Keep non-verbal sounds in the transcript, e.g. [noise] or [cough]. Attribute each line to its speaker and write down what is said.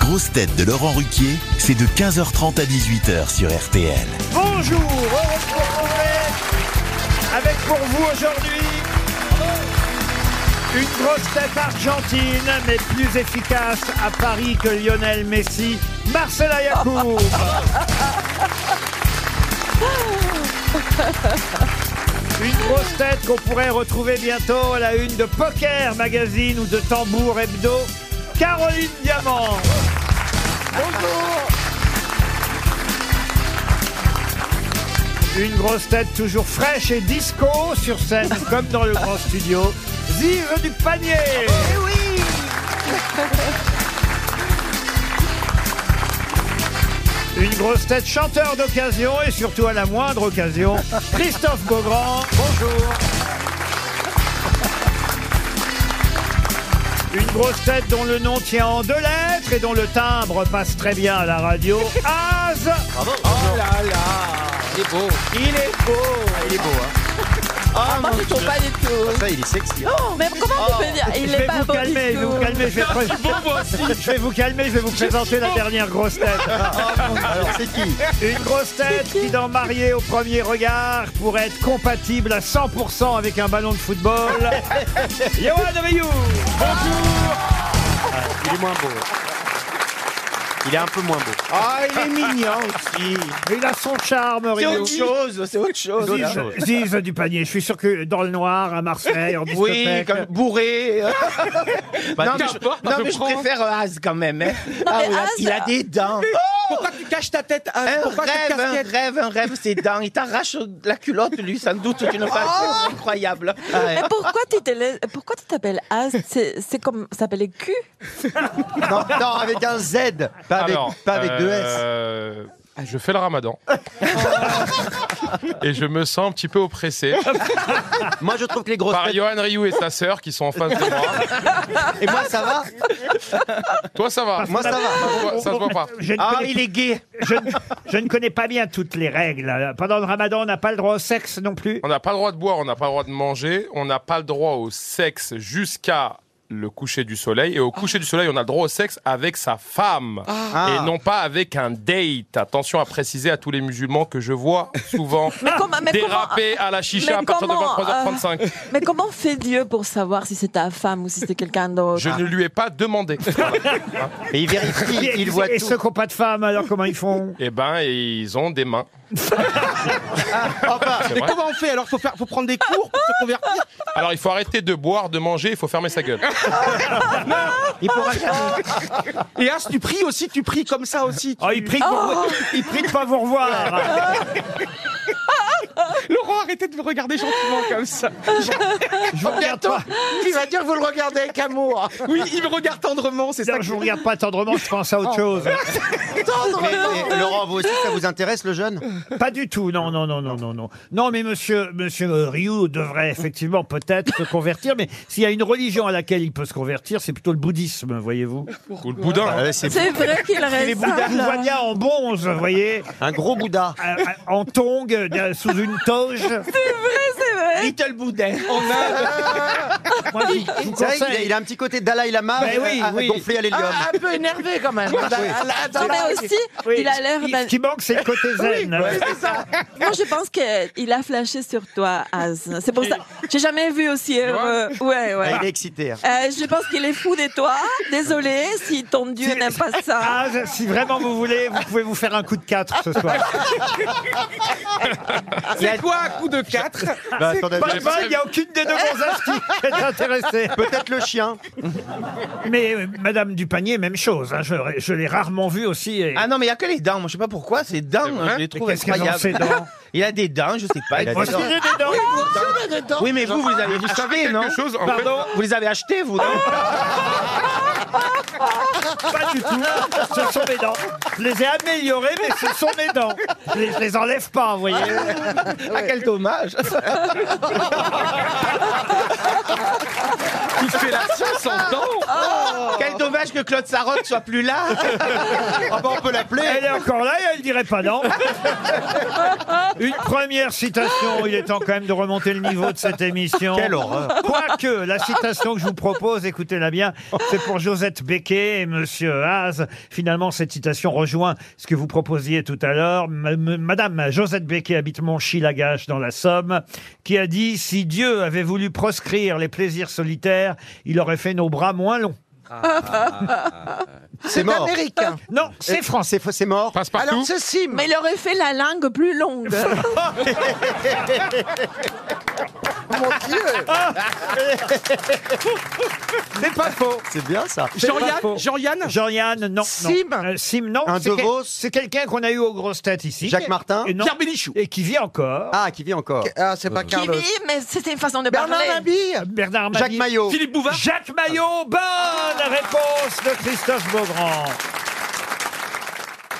Speaker 1: grosses têtes de Laurent Ruquier, c'est de 15h30 à 18h sur RTL.
Speaker 2: Bonjour, heureux de vous retrouver avec pour vous aujourd'hui une grosse tête argentine, mais plus efficace à Paris que Lionel Messi, Marcela Yacoub. Une grosse tête qu'on pourrait retrouver bientôt à la une de Poker Magazine ou de Tambour Hebdo, Caroline Diamant. Une grosse tête toujours fraîche et disco sur scène comme dans le grand studio. Zive du panier Une grosse tête chanteur d'occasion et surtout à la moindre occasion, Christophe Beaugrand. Bonjour Une grosse tête dont le nom tient en deux lettres et dont le timbre passe très bien à la radio, Az
Speaker 3: Oh là là Il est beau
Speaker 2: Il est beau
Speaker 3: Il est beau, hein Ah,
Speaker 4: Moi,
Speaker 3: mon
Speaker 4: je trouve
Speaker 3: Dieu.
Speaker 4: pas du tout.
Speaker 3: Ça, il est sexy. hein.
Speaker 4: Non, mais comment vous pouvez dire Il
Speaker 2: je vais
Speaker 4: est pas
Speaker 2: vous
Speaker 4: beau du
Speaker 2: calmer, je vais vous
Speaker 4: tout.
Speaker 2: calmer, je vais, pré- [laughs] je vais vous calmer, je vais vous présenter la dernière grosse
Speaker 5: [laughs]
Speaker 2: tête.
Speaker 5: Ah,
Speaker 3: Alors, c'est qui
Speaker 2: Une grosse tête qui, dans Mariée au premier regard, pourrait être compatible à 100% avec un ballon de
Speaker 5: [laughs]
Speaker 2: football. Yoann Rioux Bonjour
Speaker 3: Il est moins beau. Il est un peu moins beau.
Speaker 5: Ah, il est mignon aussi.
Speaker 2: Il a son charme,
Speaker 5: C'est
Speaker 2: Rioux.
Speaker 5: autre chose, c'est autre chose.
Speaker 3: D'autres
Speaker 5: là.
Speaker 3: choses.
Speaker 2: Ziz, Ziz du panier, je suis sûr que dans le noir, à Marseille, en
Speaker 5: Oui,
Speaker 2: discothèque.
Speaker 5: comme bourré.
Speaker 3: Bah,
Speaker 5: non, mais je,
Speaker 6: qu'importe,
Speaker 5: non,
Speaker 6: je
Speaker 5: mais je
Speaker 6: prends.
Speaker 5: préfère Az quand
Speaker 3: [laughs]
Speaker 5: même. hein. Ah
Speaker 4: Mais
Speaker 5: oui,
Speaker 4: Az-
Speaker 5: il a des dents.
Speaker 6: Pourquoi tu caches ta tête hein
Speaker 5: Un
Speaker 6: Pourquoi tu
Speaker 5: rêve,
Speaker 6: caches
Speaker 5: un
Speaker 6: ta tête
Speaker 5: rêve, un rêve, ses dents. Il t'arrache la culotte, lui, sans doute,
Speaker 3: Oh
Speaker 5: d'une façon incroyable.
Speaker 3: Ah
Speaker 4: Mais pourquoi tu te laisses- pourquoi tu t'appelles As C'est c'est comme ça s'appelait Q.
Speaker 3: Non, non, avec un Z, pas avec,
Speaker 7: Alors,
Speaker 3: pas avec deux S.
Speaker 7: euh, Je fais
Speaker 3: [laughs]
Speaker 7: le ramadan. et je me sens un petit peu oppressé
Speaker 3: Moi, je trouve que les grosses
Speaker 7: par
Speaker 3: têtes...
Speaker 7: Johan Ryu et sa sœur qui sont en face de moi.
Speaker 3: Et moi, ça va
Speaker 7: Toi, ça va.
Speaker 3: Moi, ça va.
Speaker 7: Ça se voit pas.
Speaker 2: Je ne
Speaker 5: Ah,
Speaker 2: connais-
Speaker 5: il est gay.
Speaker 2: je ne- je ne connais pas bien toutes les règles. Pendant le ramadan, on n'a pas le droit au sexe non plus.
Speaker 7: On n'a pas le droit de boire, on n'a pas le droit de manger, on n'a pas le droit au sexe jusqu'à le coucher du soleil. Et au coucher du soleil, on a le droit au sexe avec sa femme.
Speaker 3: Ah.
Speaker 7: Et non pas avec un date. Attention à préciser à tous les musulmans que je vois souvent
Speaker 4: Mais
Speaker 2: Ah,
Speaker 4: comment mais comment,
Speaker 7: déraper à la chicha
Speaker 4: mais
Speaker 7: à partir de
Speaker 4: comment, euh,
Speaker 7: 23h35.
Speaker 4: mais comment fait Dieu pour savoir si c'est ta femme ou si c'est quelqu'un d'autre
Speaker 2: Ah,
Speaker 7: Je ne lui ai pas demandé.
Speaker 3: Et il vérifie,
Speaker 2: Et-
Speaker 3: il voit
Speaker 2: et
Speaker 3: tout.
Speaker 2: ceux qui n'ont pas de femme, alors comment ils font
Speaker 7: [laughs] Eh ben, ils ont des
Speaker 6: [laughs]
Speaker 7: mains.
Speaker 3: Enfin,
Speaker 7: C'est
Speaker 6: Mais
Speaker 7: vrai.
Speaker 6: comment on fait alors faut, faire, faut prendre des cours pour se convertir
Speaker 7: Alors, il faut arrêter de boire, de manger, il faut fermer sa
Speaker 6: [laughs]
Speaker 7: gueule.
Speaker 3: il pourra jamais...
Speaker 6: Et As, tu pries aussi, tu pries comme ça aussi. tu-
Speaker 2: Oh, il prie de vous- il prie de pas vous revoir.
Speaker 6: Laurent, arrêtez de me regarder gentiment comme ça.
Speaker 2: Je vous regarde pas.
Speaker 5: Il va dire, vous le regardez avec amour.
Speaker 6: Oui, il me regarde tendrement, c'est ça.
Speaker 2: D'ailleurs,
Speaker 6: que-
Speaker 2: je vous regarde pas tendrement, je pense à autre chose.
Speaker 3: Mais- mais Laurent, vous aussi, ça vous intéresse, le jeune
Speaker 2: Pas du tout, non, non, non, non, non, non. Non, mais monsieur, monsieur euh, Rioux devrait effectivement peut-être se convertir, mais s'il y a une religion à laquelle il peut se convertir, c'est plutôt le bouddhisme, voyez-vous.
Speaker 7: Ou le boudin.
Speaker 5: Euh,
Speaker 4: C'est vrai qu'il
Speaker 2: Les
Speaker 4: reste.
Speaker 2: bouddhas nous voient bien en bonze, vous voyez,
Speaker 3: Un gros Bouddha.
Speaker 2: à- à- en tongue, euh, sous une
Speaker 3: [laughs]
Speaker 2: toge.
Speaker 4: C'est vrai.
Speaker 5: Little Boudin.
Speaker 6: On a-
Speaker 2: Moi, je-
Speaker 3: C'est
Speaker 2: je vous
Speaker 3: vrai qu'il a-
Speaker 2: conseille.
Speaker 3: il a un petit côté Dalai Lama
Speaker 2: Mais oui,
Speaker 3: euh,
Speaker 2: oui.
Speaker 3: gonflé à l'hélium.
Speaker 5: Ah, un peu énervé quand même.
Speaker 4: Non, mais aussi,
Speaker 2: Oui,
Speaker 4: il a l'air.
Speaker 2: ce qui-
Speaker 4: d'un-
Speaker 2: Ce qui manque, c'est le côté zen.
Speaker 4: Moi, je pense qu'il a flashé sur toi, Az. C'est pour ça. J'ai jamais vu aussi heureux. Ouais, ouais.
Speaker 3: Ah, il est excité. hein.
Speaker 4: Euh, je pense qu'il est fou de toi. Désolé si ton Dieu n'aime pas ça.
Speaker 2: Ah, si vraiment vous voulez, vous pouvez vous faire un coup de quatre ce soir.
Speaker 6: C'est quoi un coup de 4
Speaker 3: Bah, attendez,
Speaker 2: Pas mal, il n'y a aucune des deux gonzesses qui est intéressée.
Speaker 3: Peut-être le chien.
Speaker 2: Mais euh, Madame Dupanier, même chose. hein, je je l'ai rarement vue aussi. et-
Speaker 5: [laughs] Ah non, mais il n'y a que les dents. Moi, je sais pas pourquoi, ces dents,
Speaker 7: vrai
Speaker 5: je les
Speaker 2: Mais
Speaker 5: trouve
Speaker 2: qu'est-ce qu'elles ont,
Speaker 5: incroyables.
Speaker 2: ces
Speaker 5: [laughs]
Speaker 2: dents
Speaker 5: il a des dents, je sais pas.
Speaker 3: Il a
Speaker 5: il
Speaker 2: Moi
Speaker 3: des
Speaker 5: faut-
Speaker 2: aussi, j'ai des dents.
Speaker 5: Oui, mais vous, vous les avez, vous savez, non
Speaker 7: Quelque chose, en fait,
Speaker 5: Pardon Vous les avez achetés, vous, non
Speaker 2: Pas du tout. Ce sont mes dents. Je les ai améliorées, mais ce sont mes dents. Je les, je les enlève pas, vous voyez.
Speaker 5: Ah, quel dommage
Speaker 6: Tu fais la sauce en dents
Speaker 5: Quel dommage que Claude Sarotte soit plus là.
Speaker 3: Ah bah on peut l'appeler.
Speaker 2: Elle est encore là et elle dirait pas non. Une première citation, il est temps quand même de remonter le niveau de cette émission.
Speaker 3: Quelle horreur.
Speaker 2: Quoique, la citation que je vous propose, écoutez-la bien, c'est pour Josette Becquet et Monsieur Haas. Finalement, cette citation rejoint ce que vous proposiez tout à l'heure. M- m- Madame Josette Becquet habite Monchy-Lagache dans la Somme, qui a dit « Si Dieu avait voulu proscrire les plaisirs solitaires, il aurait fait nos bras moins longs.
Speaker 3: C'est mort.
Speaker 5: américain. »
Speaker 2: Non, c'est français.
Speaker 3: C'est c'est mort.
Speaker 7: Passe partout.
Speaker 5: Alors, ceci.
Speaker 4: Mais il aurait fait la langue plus longue.
Speaker 5: [laughs]
Speaker 3: C'est pas faux. C'est bien ça.
Speaker 6: Jean-Yann Jean-Yann
Speaker 2: Jean-Yann, non.
Speaker 5: Sim.
Speaker 2: non. Euh, Sim, non.
Speaker 3: Un
Speaker 2: C'est
Speaker 3: De
Speaker 2: quel-
Speaker 3: Vos.
Speaker 2: C'est quelqu'un qu'on a eu aux grosses têtes ici.
Speaker 3: Jacques Martin.
Speaker 2: Et, non-
Speaker 6: Pierre Bénichou.
Speaker 2: et qui vit encore.
Speaker 3: Ah, qui vit encore. Euh.
Speaker 5: Ah, c'est pas
Speaker 4: Qui
Speaker 5: Carlos.
Speaker 4: vit, mais c'était une façon de
Speaker 5: Bernard
Speaker 4: parler.
Speaker 5: Mabille.
Speaker 2: Bernard
Speaker 3: Jacques
Speaker 2: Mabille.
Speaker 3: Maillot.
Speaker 6: Philippe Bouvard
Speaker 2: Ah. Jacques Maillot, bonne réponse de Christophe Beaugrand.